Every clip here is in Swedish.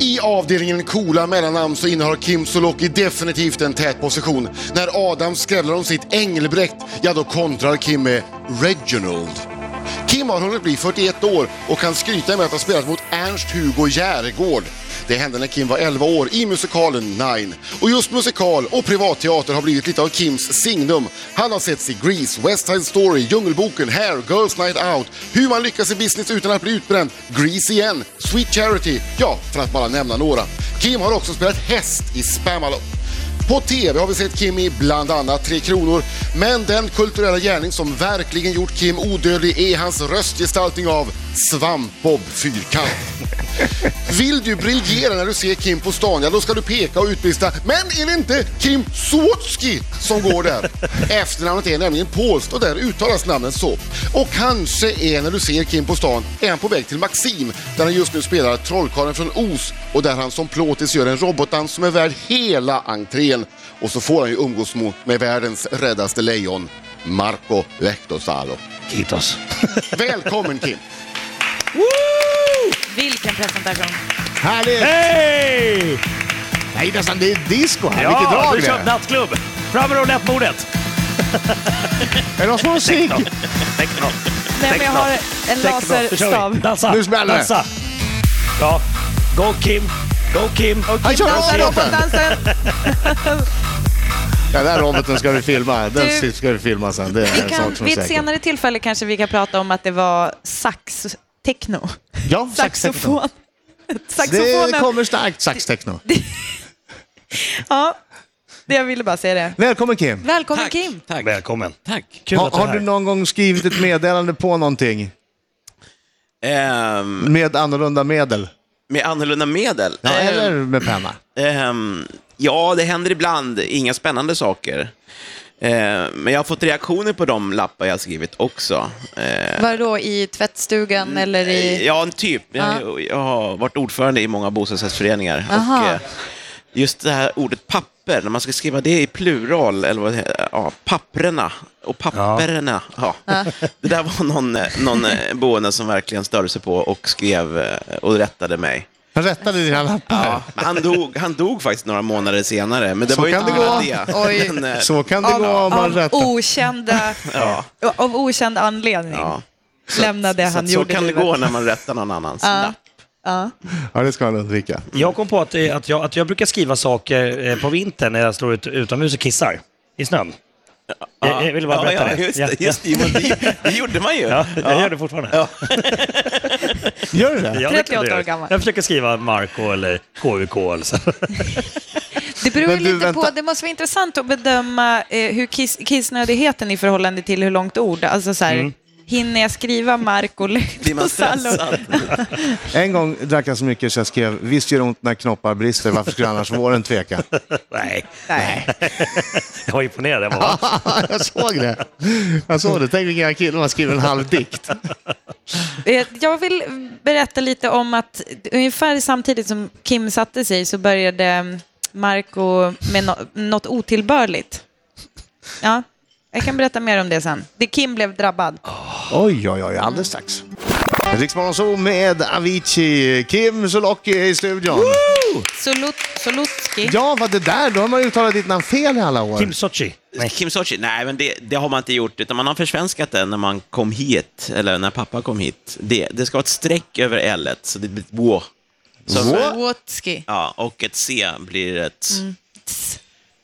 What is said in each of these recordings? I avdelningen coola mellannamn så innehar Kim Sulocki definitivt en tät position. När Adam skrävlar om sitt Engelbrekt, ja då kontrar Kim med Reginald. Kim har hunnit bli 41 år och kan skryta med att ha spelat mot Ernst-Hugo Järegård. Det hände när Kim var 11 år i musikalen Nine. Och just musikal och privatteater har blivit lite av Kims signum. Han har setts i Grease, West Side Story, Djungelboken, Hair, Girls Night Out, hur man lyckas i business utan att bli utbränd, Grease igen, Sweet Charity, ja, för att bara nämna några. Kim har också spelat häst i Spamalot. På TV har vi sett Kim i bland annat Tre Kronor, men den kulturella gärning som verkligen gjort Kim odödlig är hans röstgestaltning av Svampbob Fyrkant. Vill du briljera när du ser Kim på stan, ja då ska du peka och utbrista “Men är det inte Kim Sawatski som går där?” Efternamnet är nämligen polskt och där uttalas namnet så. Och kanske är när du ser Kim på stan, är han på väg till Maxim, där han just nu spelar Trollkarlen från Oz och där han som plåtis gör en robotdans som är värd hela entrén. Och så får han ju umgås mo- med världens räddaste lejon, Marco Lehtosalo. Kitos. Välkommen Kim! Vilken presentation. Härligt! Hej! Nej, nästan det är disco här. Vilket Ja, drag du det kör är. nattklubb. Fram med roulettebordet. Är det någon som har en cigg? Techno. Nej, men jag har en Techno. Då kör vi. laserstav. Dansa. Nu smäller det. Dansa. Ja. Go Kim. Go Kim. Han kör Dansa också! robotdansen. Den där roboten ska vi filma. Den Du- ska vi filma sen. Det är Vi en kan, sak som är vid ett säker. senare tillfälle kanske vi kan prata om att det var sax techno. Ja, saxtechno. Saxofon. Det Saxofonen. kommer starkt, saxtechno. Ja, det jag ville bara säga det. Välkommen Kim! Välkommen Tack, Kim. Tack. Välkommen. Tack. Kul Har, att du är har du här. någon gång skrivit ett meddelande på någonting Ehm, med annorlunda medel? med annorlunda medel? Ja, Eh. Ehm, eller med penna? ehm, ja, det händer ibland. Inga spännande saker. Ehm, men jag har fått reaktioner på de lappar jag har skrivit också. Ehm, Var då i tvättstugan eller i... Ja, en typ. Jag, jag har varit ordförande i många bostadsrättsföreningar. Och, Aha. eh, just det här ordet papper, när man ska skriva det i plural, eller vad det heter, ja, papperna och papperna. Ja. Det där var någon, eh, någon eh, boende som verkligen störde sig på och skrev eh, och rättade mig. Han rättade dina lappar. Ja, men han, dog, han dog faktiskt några månader senare, men det Så var ju kan inte det gå. bara det. Oj. Men, eh, Så kan det gå om man Av rättar. okända, ja, av okänd anledning ja. lämnade Så, han att så jordelivet. kan det gå när man rättar någon annans lapp. Ja, det ska han undvika. Jag kom på att, eh, att, jag, att jag brukar skriva saker eh, på vintern när jag står ut, utomhus och kissar i snön. Eh, Jag, jag ville bara berätta ja, det. Just Ja, det, ja. just det, Jo, men det, det gjorde man ju. Ja, jag gör det fortfarande. Ja. Gör du det? Ja, det 38 kan du göra. år gammal. Jag försöker skriva Marco eller KUK. Eller så. Det beror ju Men du, lite på, vänta. det måste vara intressant att bedöma eh, hur kiss, kissnödigheten i förhållande till hur långt ord, alltså så här, Mm. hinner jag skriva Marco Blir man Lehtosalo? stressad? En gång drack jag så mycket så jag skrev “Visst gör det ont när knoppar brister, varför skulle annars våren tveka?” Nej, Nej. jag var imponerad. Jag var. Jag såg det. Jag såg det. Tänk vilken kille man skriver en halv dikt. Eh, Jag vill berätta lite om att ungefär samtidigt som Kim satte sig så började mm, Marco med no- något otillbörligt. Ja, jag kan berätta mer om det sen. Det Kim blev drabbad. Oj, oj, oj, alldeles strax. Riksmorgon så med Avicii, Kim Sulocki i studion. Solut- Solutski. Ja, vad det där, då har man uttalat ditt namn fel i alla år. Kim Sochi. Nej, Kim Sochi? Nej, men det, det har man inte gjort, utan man har försvenskat det när man kom hit, eller när pappa kom hit. Det, det ska vara ett streck över L, så det blir ett Wå. Så- Wotski. Ja, och ett C blir ett...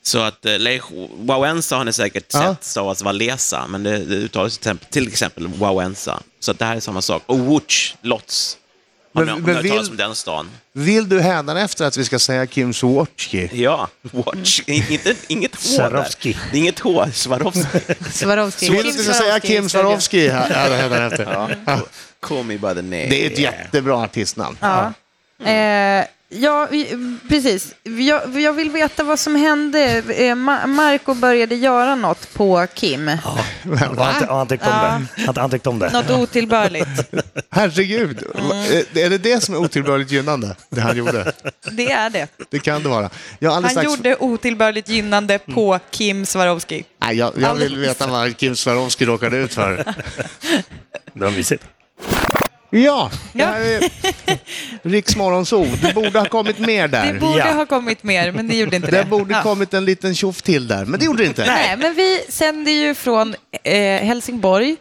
Så att eh, Lech Wawensa har ni säkert Ja. sett stavas Walesa, men det, det uttalas till exempel, till exempel Wawensa. Så att det här är samma sak. Och Wutch, Lots. Har Men- ni- men har ni hört talas vill- om den stan? Vill du efter att vi ska säga Kim Sulocki? Ja, Watch. Mm. Inte, inget H Swarovski. där. Det är inget H, Swarovski. Swarovski. Vill du att vi ska säga Kim Swarovski här- hädanefter? Ja. Call me by the name. Det är ett jättebra artistnamn. Ja. Eh, ja, vi- precis. Jag, jag vill veta vad som hände. Eh, Ma- Marco började göra något på Kim. Och han, och han tyckte om det. Han, han tyckte om det. Något otillbörligt. Herregud, Mm. Eh, är det det som är otillbörligt gynnande? Det han gjorde? Det är det. Det kan det vara. Jag har alldeles Han strax- gjorde otillbörligt gynnande på Kim Swarovski. Nej, jag, jag vill Alldeles. veta vad Kim Swarovski råkade ut för. Det var mysigt. Ja, eh, Ja. Riksmorgonzoo. Det borde ha kommit mer Det där. borde Ja. ha kommit mer, men det gjorde inte det. Det borde Ja. kommit en liten tjoff till där, men det gjorde det inte. Nej, men vi sänder ju från eh, Helsingborg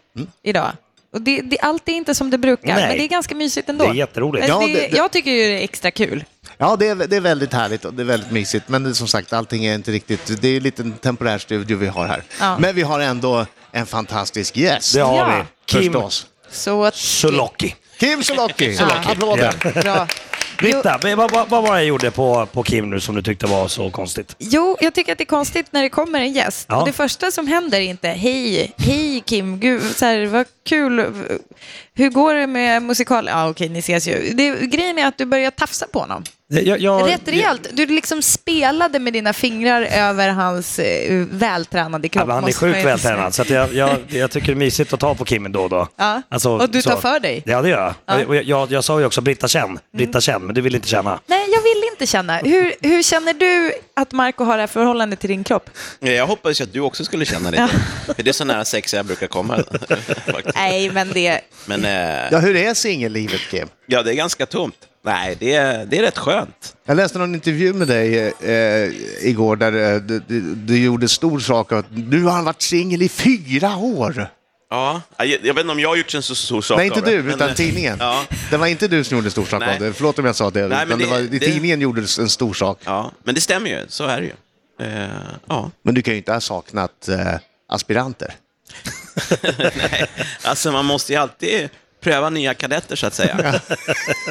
idag. Och det, det, allt är inte som det brukar, Nej. men det är ganska mysigt ändå. Det är jätteroligt. Men Ja, det, det- det- Jag tycker ju det är extra kul. Ja, det är, det är väldigt härligt och det är väldigt mysigt, men det, är som sagt, allting är inte riktigt... Det är en liten temporär studio vi har här. Ja. Men vi har ändå en fantastisk gäst. Det har Ja. vi. Kim Förstås. Så att... Sulocki. Kim Solocki! Applåder! Bra. Jo, Britta, vad, vad, vad var det jag gjorde på, på Kim nu som du tyckte var så konstigt? jo, jag tycker att det är konstigt när det kommer en gäst. Ja. Och det första som händer är inte hej, hej Kim, gud, så här, vad kul, hur går det med musikal? Ja, okej, ni ses ju. Det, grejen är att du börjar tafsa på honom. Jag, jag, Rätt rejält. Du liksom spelade med dina fingrar över hans eh, vältränade Ja, kropp. men han är måste man sjukt ju vältränad, så att jag, jag, jag tycker det är mysigt att ta på Kim då och då. Alltså, Ja. Och du tar för dig. Mm. Ja, det gör jag. Och Jag, jag, jag sa ju också Britta känn, Britta känn, men du vill inte känna. Nej, jag vill inte känna. Hur, hur känner du att Marco har det här förhållandet till din kropp? Jag hoppades ju att du också skulle känna lite. För det är så nära sex jag brukar komma. faktiskt. Nej, men det... Men eh, Ja, hur är singellivet, Kim? ja, det är ganska tomt. Nej, det är, det är rätt skönt. Jag läste någon intervju med dig eh, igår där eh, du, du, du gjorde stor sak av att nu har han varit singel i fyra år. Ja, jag, jag vet inte om jag har gjort en så stor sak Nej, inte av det, du, men, utan eh, tidningen. Ja, Det var inte du som gjorde stor sak Nej. av det. Förlåt om jag sa det. men utan det, det- var, det- Tidningen gjorde en stor sak. ja, men det stämmer ju. Så är det ju. Eh, ja. Men du kan ju inte ha saknat eh, aspiranter. Nej, alltså man måste ju alltid pröva nya kadetter så att säga.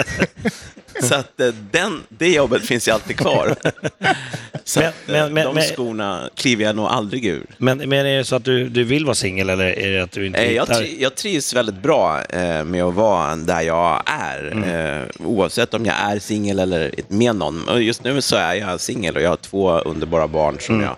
så att eh, den, det jobbet finns ju alltid kvar. Så Men- att, eh, men- men- de men- skorna kliver jag nog aldrig ur. Men, men är det så att du, du vill vara singel eller är det att du inte Eh, Jag, hittar- tri- jag trivs väldigt bra eh, med att vara där jag är, eh, oavsett om jag är singel eller med någon. Och just nu så är jag singel och jag har två underbara barn som jag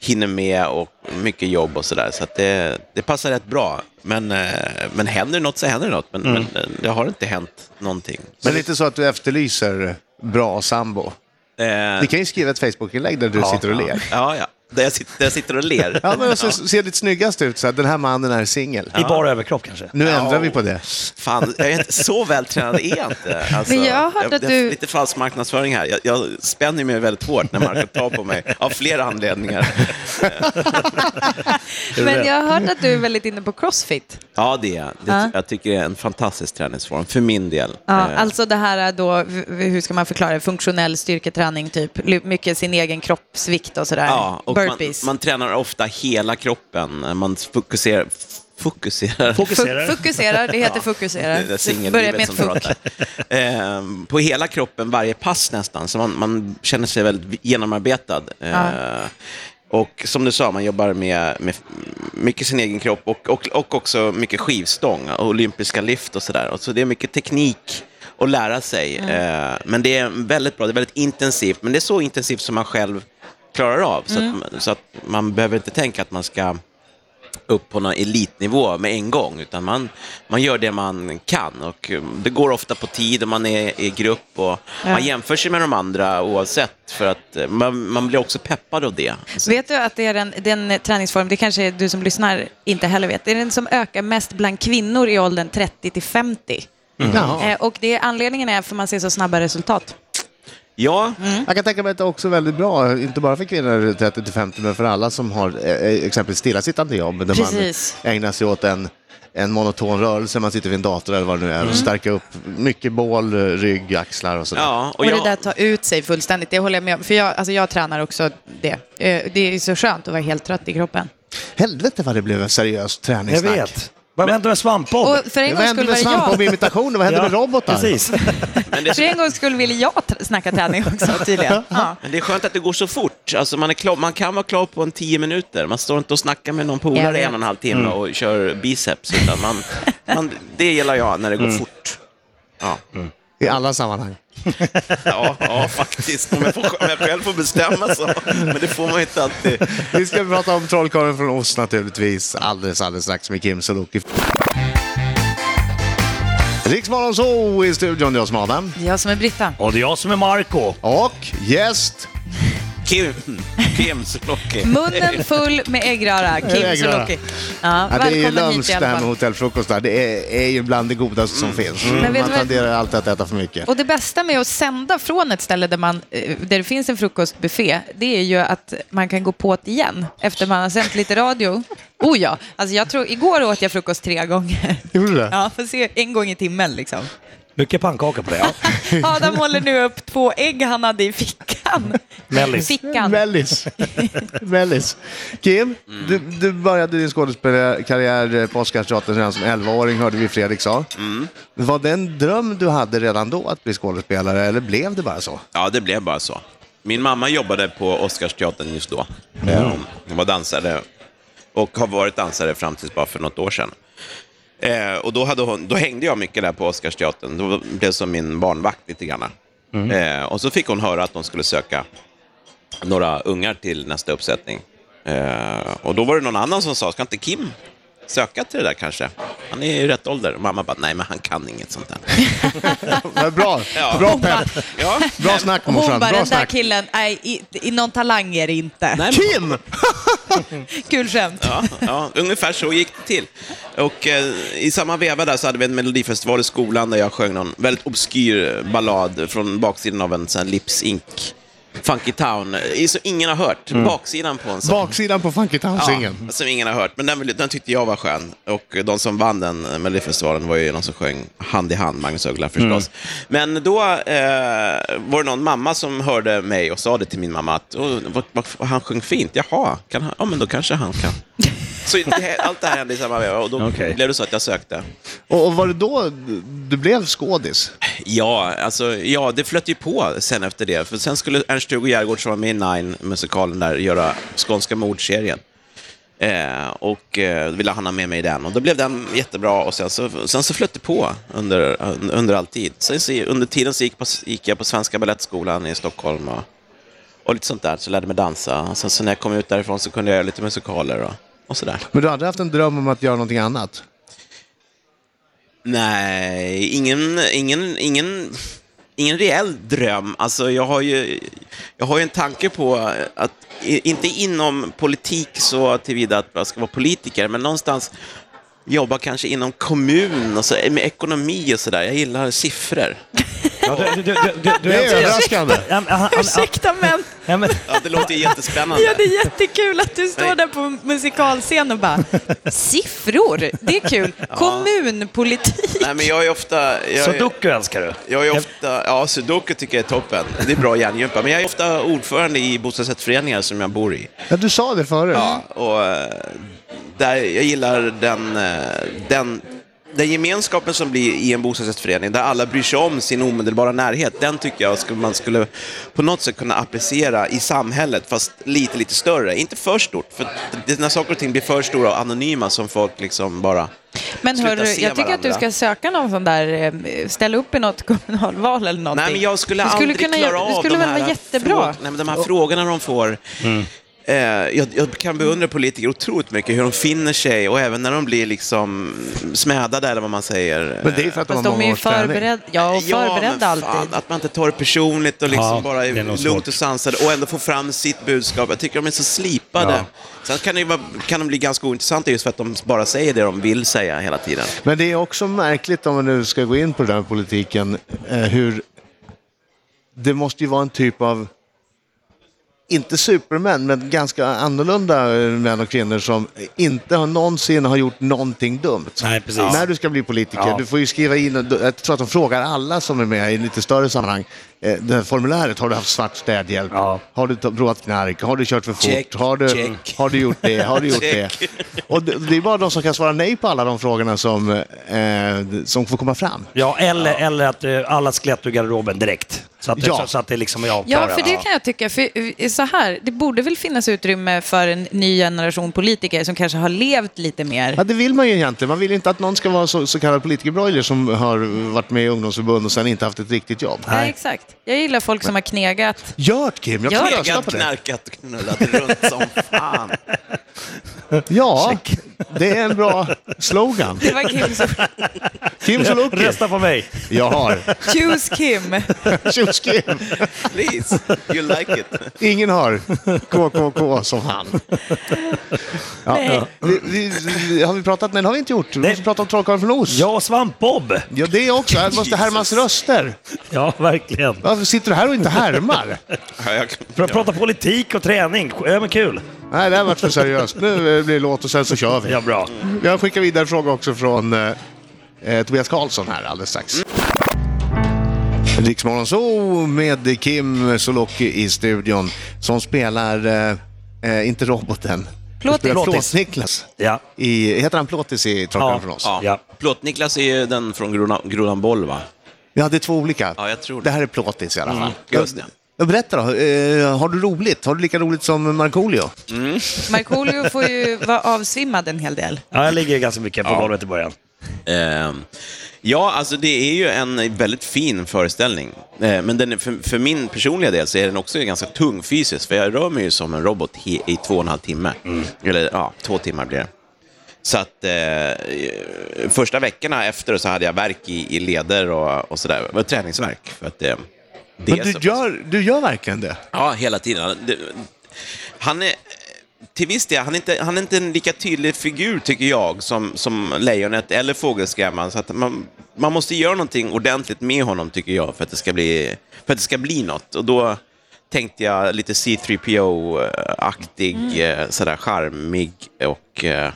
hinner med och mycket jobb och sådär. Så att det, det passar rätt bra. Men, eh, men händer det något så händer det något. Men, men eh, det har inte hänt någonting. Men det är inte så att du efterlyser bra sambo. Eh, Ni kan ju skriva ett Facebookinlägg där du sitter och ler. ja, ja. Där jag sitter, där jag sitter och ler. Ja, men alltså, ser lite snyggast ut. Så här, den här mannen är singel. I bara överkropp kanske? Nu ändrar Ja. vi på det. Fan, jag är inte, så vältränad är jag inte. Alltså, Men jag hörde att det är du- Lite falsk marknadsföring här. Jag, jag spänner mig väldigt hårt när Marco tar på mig, av flera anledningar. Men jag har hört att du är väldigt inne på crossfit. Ja, det är jag. det. Ja. Jag tycker det är en fantastisk träningsform, för min del. Ja, Eh, alltså det här är då, v- hur ska man förklara det, funktionell styrketräning typ, Ly- mycket sin egen kroppsvikt och sådär, ja, och man, burpees. man tränar ofta hela kroppen. Man fokuserar... fokuserar Fokuserar. Fu- fokuserar, det heter fokusera. Det där Det börjar med singellivet ett som funk. pratar. Ehm, på hela kroppen, varje pass nästan, så man, man känner sig väldigt genomarbetad. Ehm, Och som du sa, man jobbar med, med mycket sin egen kropp och, och, och också mycket skivstång och olympiska lyft och sådär. Och Så det är mycket teknik att lära sig. Ehm, men det är väldigt bra, det är väldigt intensivt, men det är så intensivt som man själv klarar av. Så, att, så att man behöver inte tänka att man ska upp på någon elitnivå med en gång, utan man, man gör det man kan. Och eh, det går ofta på tid och man är i grupp och man jämför sig med de andra oavsett, för att eh, man, man blir också peppad av det. Så- Vet du att det är den, den träningsform, det kanske är du som lyssnar inte heller vet, det är den som ökar mest bland kvinnor i åldern 30 till 50. Mm. Jaha. Eh, och det är, anledningen är för man ser så snabba resultat. Ja, Mm. Jag kan tänka mig att det är också väldigt bra, inte bara för kvinnor 30-50, men för alla som har eh, exempelvis stillasittande jobb, där Precis. man ägnar sig åt en, en monoton rörelse, man sitter vid en dator eller vad det nu är, Mm. och stärka upp mycket bål, eh, rygg, axlar och sådär. ja, Och, det där ta ut sig fullständigt, det håller jag med om. För jag, alltså jag tränar också det. Eh, Det är ju så skönt att vara helt trött i kroppen. Helvete vad det blev en seriös Jag träningssnack. vet. Vad hände med svampbob? Och för en Vad gångs hände med skull var det jag. svampbobimitationer? Vad hände med robotar? Precis. men det är För en gångs skull ville jag tr- snacka träning också tydligen. Ja. Men det är skönt att det går så fort. Alltså man, är klar, man kan vara klar på en tio minuter. Man står inte och snackar med någon Jag polare i vet. Mm. en och en halv timme och kör biceps. Utan man, man, det gillar jag, när det går Mm. fort. Ja. I alla sammanhang. Ja, ja, faktiskt. Om jag, får, om jag själv får bestämma så. Men det får man ju inte alltid. Vi ska prata om Trollkarlen från Oz naturligtvis alldeles, alldeles strax med Kim Sulocki. Riksmorgon så i studion, jag som är Adam. Jag som är Britta. Och det är jag som är Marco. Och gäst Kim, Kim Sulocki. Munnen full med äggröra, Kim Äggröra. Sulocki. Ja, Ja, det är ju välkommen hit lömskt i det alla här med fall. hotellfrukost. Där. Det är, är ju bland det godaste som finns. Men vet Man du vad- tenderar alltid att äta för mycket. Och det bästa med att sända från ett ställe där, man, eh, där det finns en frukostbuffé, det är ju att man kan gå på det igen efter man har sänt lite radio. Oh ja, alltså jag tror, igår åt jag frukost tre gånger. Gjorde du det? Ja, får se, en gång i timmen liksom. Mycket pannkaka på det. Ja. Adam håller nu upp två ägg han hade i fickan. Mellis. Fickan. Mellis. Mellis. Kim, Mm. du, du började din skådespelarkarriär eh, på Oscarsteatern redan som 11-åring, hörde vi Fredrik sa. Var det en dröm du hade redan då att bli skådespelare, eller blev det bara så? Ja, det blev bara så. Min mamma jobbade på Oscarsteatern just då. Hon var dansare och har varit dansare fram tills bara för något år sedan. Eh, och då, hade hon, då hängde jag mycket där på Oscarsteatern. Då blev det som min barnvakt lite grann. Eh, och så fick hon höra att de skulle söka några ungar till nästa uppsättning. Eh, och då var det någon annan som sa, ska inte Kim söka till det där kanske? Han är ju rätt ålder. Och mamma bara, nej men han kan inget sånt där. Men bra, Ja. bra pepp. Ja. Bra snack Hon morsan, bara, bra den där snack. killen, nej, i, i någon talang är det inte. Nej, men- Kim! Kul skämt. Ja, ja, ungefär så gick det till. Och eh, i samma veva där så hade vi en melodifestival i skolan där jag sjöng någon väldigt obskyr ballad från baksidan av en sån här Lips Inc. Funky Town, eh, som ingen har hört. Baksidan på en sån. Baksidan på Funky Town-singeln. Ja, som ingen har hört. Men den, den tyckte jag var skön. Och de som vann den eh, Melodifestivalen var ju de som sjöng Hand i hand, Magnus Uggla förstås. Men då eh, var det någon mamma som hörde mig och sa det till min mamma att "Åh, vad, vad, vad, han sjöng fint. Jaha, kan han, ja men då kanske han kan. Så det, allt det här hände i samma veva och då Okej. blev det så att jag sökte. Och, och var det då du blev skådis? Ja, alltså, ja, det flöt ju på sen efter det. För sen skulle Ernst-Hugo Järgård, som var med i Nine-musikalen där, göra Skånska mordserien. Eh, och eh, ville han ha med mig i den. Och då blev den jättebra och sen så, sen så flöt det på under, under all tid. Sen så, under tiden så gick, på, gick jag på Svenska Balettskolan i Stockholm och, och lite sånt där. Så lärde mig dansa. Och sen så när jag kom ut därifrån så kunde jag göra lite musikaler och, och sådär. Men du hade haft en dröm om att göra någonting annat? Nej, ingen, ingen, ingen, ingen reell dröm. Alltså, jag, har ju, jag har ju en tanke på att, i- inte inom politik så tillvida att jag ska vara politiker, men någonstans jobba kanske inom kommun och så, med ekonomi och sådär. Jag gillar siffror. Ja, du, du, du, du, du, Det är du, överraskande. Ja, men, han- han- Ursäkta, men ja, men- Ja, det låter ju jättespännande. ja, det är jättekul att du står Nej. där på musikalscen och bara, siffror, det är kul. Kommunpolitik. Nej, men jag är ofta... Jag, är- Sudoku älskar du. Jag är ofta, ja, sudoku tycker jag är toppen. Det är bra hjärngympa. Men jag är ofta ordförande i bostadsrättsföreningar som jag bor i. Ja, du sa det förut. Ja, och eh, där, jag gillar den, eh, den, den gemenskapen som blir i en bostadsrättsförening, där alla bryr sig om sin omedelbara närhet. Den tycker jag skulle, man skulle på något sätt kunna applicera i samhället, fast lite, lite större. Inte för stort, för det, när saker och ting blir för stora och anonyma som folk liksom bara... Men Sluta hörru, jag se tycker att du varandra. ska söka någon sån där, eh, ställa upp i något kommunalval eller någonting. Nej, men jag skulle, Du aldrig klara göra- av Du skulle de väl här vara jättebra? Frå- Nej, men de här frågorna de får. Mm. Eh, jag, jag kan beundra politiker otroligt mycket, hur de finner sig och även när de blir liksom smädade, eller vad man säger. Eh, Men det är för att de har Fast de många är ju års träning. förberedda, ja, och förberedda men fan, alltid. Att man inte tar det personligt och liksom Ja, bara det är nog är svårt. lugnt och sansad och ändå får fram sitt budskap. Jag tycker de är så slipade. Ja. Sen kan, det ju vara, kan de bli ganska ointressanta just för att de bara säger det de vill säga hela tiden. Men det är också märkligt om man nu ska gå in på den här politiken, eh, hur det måste ju vara en typ av, inte supermän, men ganska annorlunda eh, män och kvinnor som inte har någonsin har gjort någonting dumt. Nej, precis. När du ska bli politiker, Ja. du får ju skriva in, jag tror att de frågar alla som är med i lite större sammanhang, eh, det här formuläret, har du haft svart städhjälp? Ja. Har du ta- provat knark? Har du kört för fort? Check, har, du, check. har du gjort det? Har du gjort det? Check. Och det, det är bara de som kan svara nej på alla de frågorna som, eh, som får komma fram. Ja, eller, eller att eh, alla skelett ur garderoben direkt. Så att, Ja. så, så att det liksom är Ja, avklarat. för det kan jag tycka. För eh, så här, det borde väl finnas utrymme för en ny generation politiker som kanske har levt lite mer. Ja, det vill man ju egentligen. Man vill inte att någon ska vara så, så kallad politikerbroiler som har varit med i ungdomsförbund och sen inte haft ett riktigt jobb. Nej. exakt. Jag gillar folk som har knegat. Gör det Kim, jag kan Gör det. rösta på Knarkat, det. knarkat, knullat runt som fan. Ja, det är en bra slogan. Det var Kims ord. Kim Sulocki. Rösta på mig. Jag har. Choose Kim. Tjus Kim. Please, you like it. Ingen har KKK som han. Ja, ja. Vi, vi, vi, har vi pratat? Nej, det har vi inte gjort. Vi måste prata om Trollkarlen från Oz. Jag och Svamp-Bob. Ja, det också. Här måste härmas röster. Ja, verkligen. Varför sitter du här och inte härmar? Ja, jag, För att prata politik och träning. Ja, men kul. Nej, det här varit för seriöst. Nu eh, blir det låt och sen så kör vi. Ja, bra. Jag skickar vidare en fråga också från eh, eh, Tobias Karlsson här alldeles strax. Riksmorgon så med Kim Sulocki i studion som spelar, eh, eh, inte roboten, Plåtis. Spelar Plåtis. Plåtis-Niklas. Ja. I, heter han Plåtis i Trollkarlen Ja. från oss? Ja. ja. Ja. Plåt-Niklas är ju den från Grodan, Grodan Boll, va? det är två olika. Ja, jag tror det. det. här är Plåtis i alla fall. Mm, just det. Jag berättar då, eh, har du roligt? Har du lika roligt som Markoolio? Markoolio får ju vara avsvimmad en hel del. Ja, jag ligger ganska mycket på golvet i början. Ehm, ja, alltså det är ju en väldigt fin föreställning. Eh, men den är, för, för min personliga del så är den också ganska tung fysiskt, för jag rör mig ju som en robot he, i två och en halv timme. Mm. Eller ja, två timmar blir det. Så att eh, första veckorna efter så hade jag värk i, i leder och, och sådär. Det var träningsvärk. För att, eh, det är Men du så pass- gör, du gör verkligen det? Ja, hela tiden. Det- Han är, till viss del, han är, inte, han är inte en lika tydlig figur, tycker jag, som, som lejonet eller fågelskrämman. Så att man, man måste göra någonting ordentligt med honom, tycker jag, för att det ska bli, för att det ska bli något. Och då tänkte jag lite C3PO-aktig, Mm. eh, sådär charmig och eh,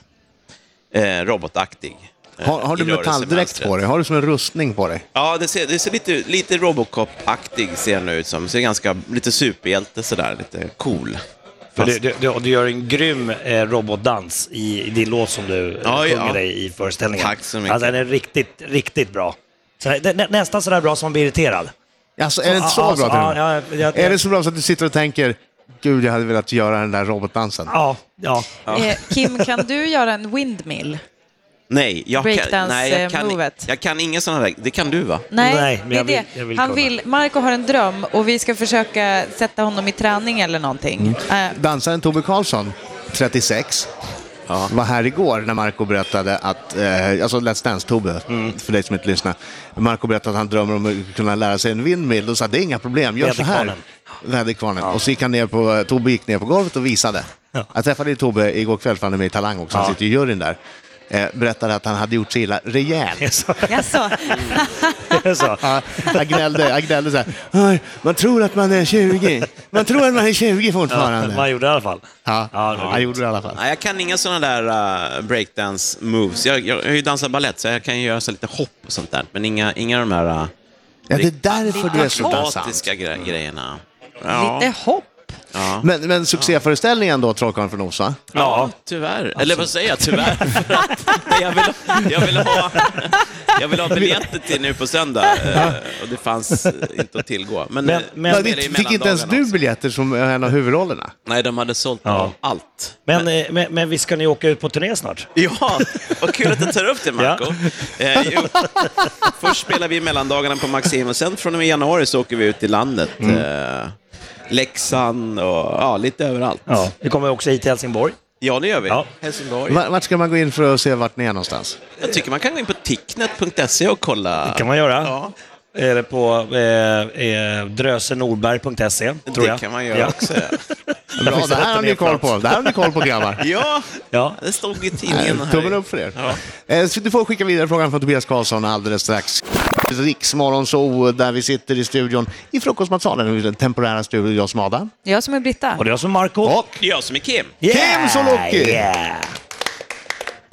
eh, robotaktig. eh, Har, har du i metalldräkt rörelsemönstret. på dig? Har du som en rustning på dig? Ja, det ser, det ser lite, lite Robocop-aktig ser den ut som. Ser ganska, lite superhjälte sådär, lite cool. För Fast- du, du, du, du gör en grym eh, robotdans i, i din låt som du eh, Ja, sjunger ja. dig i föreställningen. Tack så mycket. Alltså, den är riktigt, riktigt bra. Så, här- det- nä, nästan sådär bra som man blir irriterad. Alltså, är det inte så Ja, bra? till och ja, med? ja, ja, Är det så bra så att du sitter och tänker, gud jag hade velat göra den där robotdansen? Ja, ja. Eh, Kim, kan du göra en windmill? Nej, jag kan, Breakdance, nej, jag kan, eh, movet. jag kan inga sådana där. Det kan du va? Nej, Nej, men det är jag vill- det. jag vill Han kolla. vill, Marco har en dröm och vi ska försöka sätta honom i träning eller någonting. Mm. Eh, Dansaren Tobbe Karlsson, 36, var här igår när Marco berättade att, eh, alltså Let's Dance-Tobbe, för dig som inte lyssnar. Marco berättade att han drömmer om att kunna lära sig en windmill och sa det är inga problem, gör så här. Väderkvarnen. Och så gick han ner på, Tobbe gick ner på golvet och visade. Jag träffade ju Tobbe igår kväll, för han är med i Talang också, han sitter i juryn där. Eh, berättade att han hade gjort sig illa rejält. Så, Jaså? så. Ja, jag gnällde, jag gnällde så här. "Aj, Man tror att man är 20. Man tror att man är 20 fortfarande. Man gjorde det i alla fall. Ja, Ja, det var han gjorde det i alla fall. Nej, jag kan inga sådana där eh, breakdance moves. Jag, jag, jag har ju dansat balett så jag kan ju göra så lite hopp och sånt där. Men inga, inga de där eh, Ja, det är därför du är så dansant. statiska gre- grejerna. Ja, Lite hopp. ja. Men, men succéföreställningen då, Trollkarlen från Oz, va? ja tyvärr. Alltså. Eller vad säger jag, tyvärr? För att jag, vill, jag, vill ha, jag vill ha biljetter till nu på söndag eh, och det fanns eh, inte att tillgå. Men, Men- eh, men- jag Ja, Nej, spelar ju det fick inte ens mellandagarna du också. biljetter som är en av huvudrollerna. Nej, de hade sålt Ja. allt. Men, eh, men, men visst ska ni åka ut på turné snart? Ja, vad kul att du tar upp det, Marco. Eh, jo. Först spelar vi mellandagarna på Maxim och sen från och med januari så åker vi ut i landet. Mm. Eh, Leksand och ja, lite överallt. Ja. Vi kommer också hit till Helsingborg. Ja, det gör vi. Ja. Helsingborg. Va- Vart ska man gå in för att se vart ni är någonstans? Jag tycker man kan gå in på ticknet.se och kolla. Det kan man göra. Ja. Eller på eh, eh, drösenorberg.se, tror Det jag. kan man göra Ja. också. Bra, det här har ni koll på. plats. Det här har ni koll på, grabbar. Ja, Ja. Äh, det stod i tidningen här. Tummen upp för er. Eh, Så du får skicka vidare frågan från Tobias Karlsson alldeles strax. Riksmorgon så eh, där vi sitter i studion i frukostmatsalen, i den temporära studion, jag som Adam. Det är jag som är Britta. Och det är jag som Marco. Och Det är jag som är Kim. Kim Sulocki! Yeah.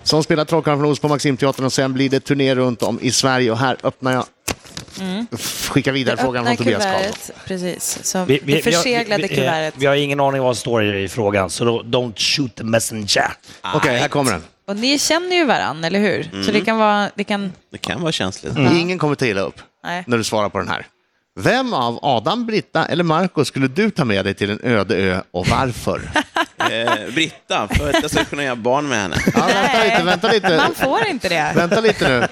som spelar Trollkarlen från Oz på Maximteatern och sen blir det turné runt om i Sverige och här öppnar jag Skicka vidare frågan från Öppna Tobias Karlsson. kuvertet, precis. Så Vi- vi- det förseglade vi- vi- kuvertet. eh, Vi har ingen aning vad som står i frågan, så då, don't shoot the messenger. Okej, här kommer den. Och ni känner ju varann, eller hur? Så Mm. det kan vara... Det kan... Det kan vara känsligt. Mm. Ingen kommer ta illa upp Nej. när du svarar på den här. Vem av Adam, Britta eller Marco skulle du ta med dig till en öde ö och varför? Eh, Britta, för att jag ska kunna göra barn med henne. Ja, vänta lite, vänta lite. Man får inte det. Vänta lite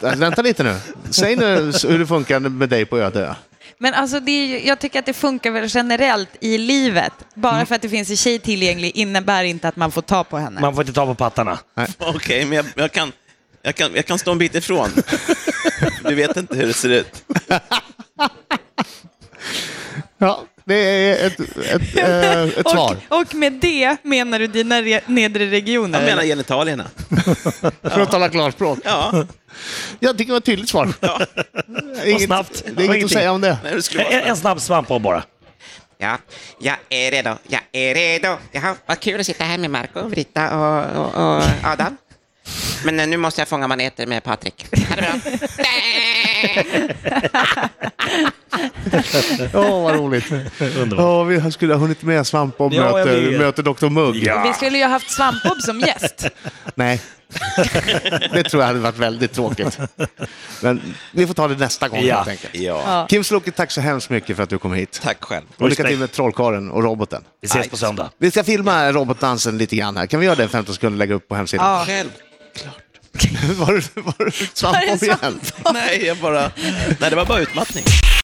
nu. Vänta lite nu. Säg nu hur det funkar med dig på öde ö. Men alltså det är ju, jag tycker att det funkar väl generellt i livet. Bara Mm. för att det finns en tjej tillgänglig innebär inte att man får ta på henne. Man får inte ta på pattarna. Okej, men jag, jag, kan, jag, kan, jag kan stå en bit ifrån. Du vet inte hur det ser ut. Ja, det är ett, ett, eh, ett svar. och, och med det menar du dina re, nedre regioner? Jag menar genitalierna. För att tala klarspråk. Ja, Jag tycker det var ett tydligt svar. Inget, snabbt. det är inget Ingenting. att säga om det. nej, det skulle En, vara. en snabb svamp på bara. Ja, jag är redo. Jag är redo. Jaha, vad kul att sitta här med Marco, Britta och, och, och Adam. Men eh, nu måste jag fånga maneter med Patrik. Ha det bra. Åh, vad roligt. Underbart. Åh, vi skulle ha hunnit med Svampbob Ja, jag möter, vet. möter Dr Mugg. Vi skulle ju ha haft Svampbob som gäst. Nej. det tror jag hade varit väldigt tråkigt. Men vi får ta det nästa gång Ja. helt enkelt. Ja, Kim Sloke, tack så hemskt mycket för att du kom hit. tack själv. Och lycka till med Trollkaren och roboten. Vi ses på söndag. Vi ska filma robotdansen lite grann här. Kan vi göra det 15 sekunder och lägga upp på hemsidan? Ja. Själv? var det, var det Var det Svampbob igen? Svampbob? Nej, jag bara... Nej, det var bara utmattning.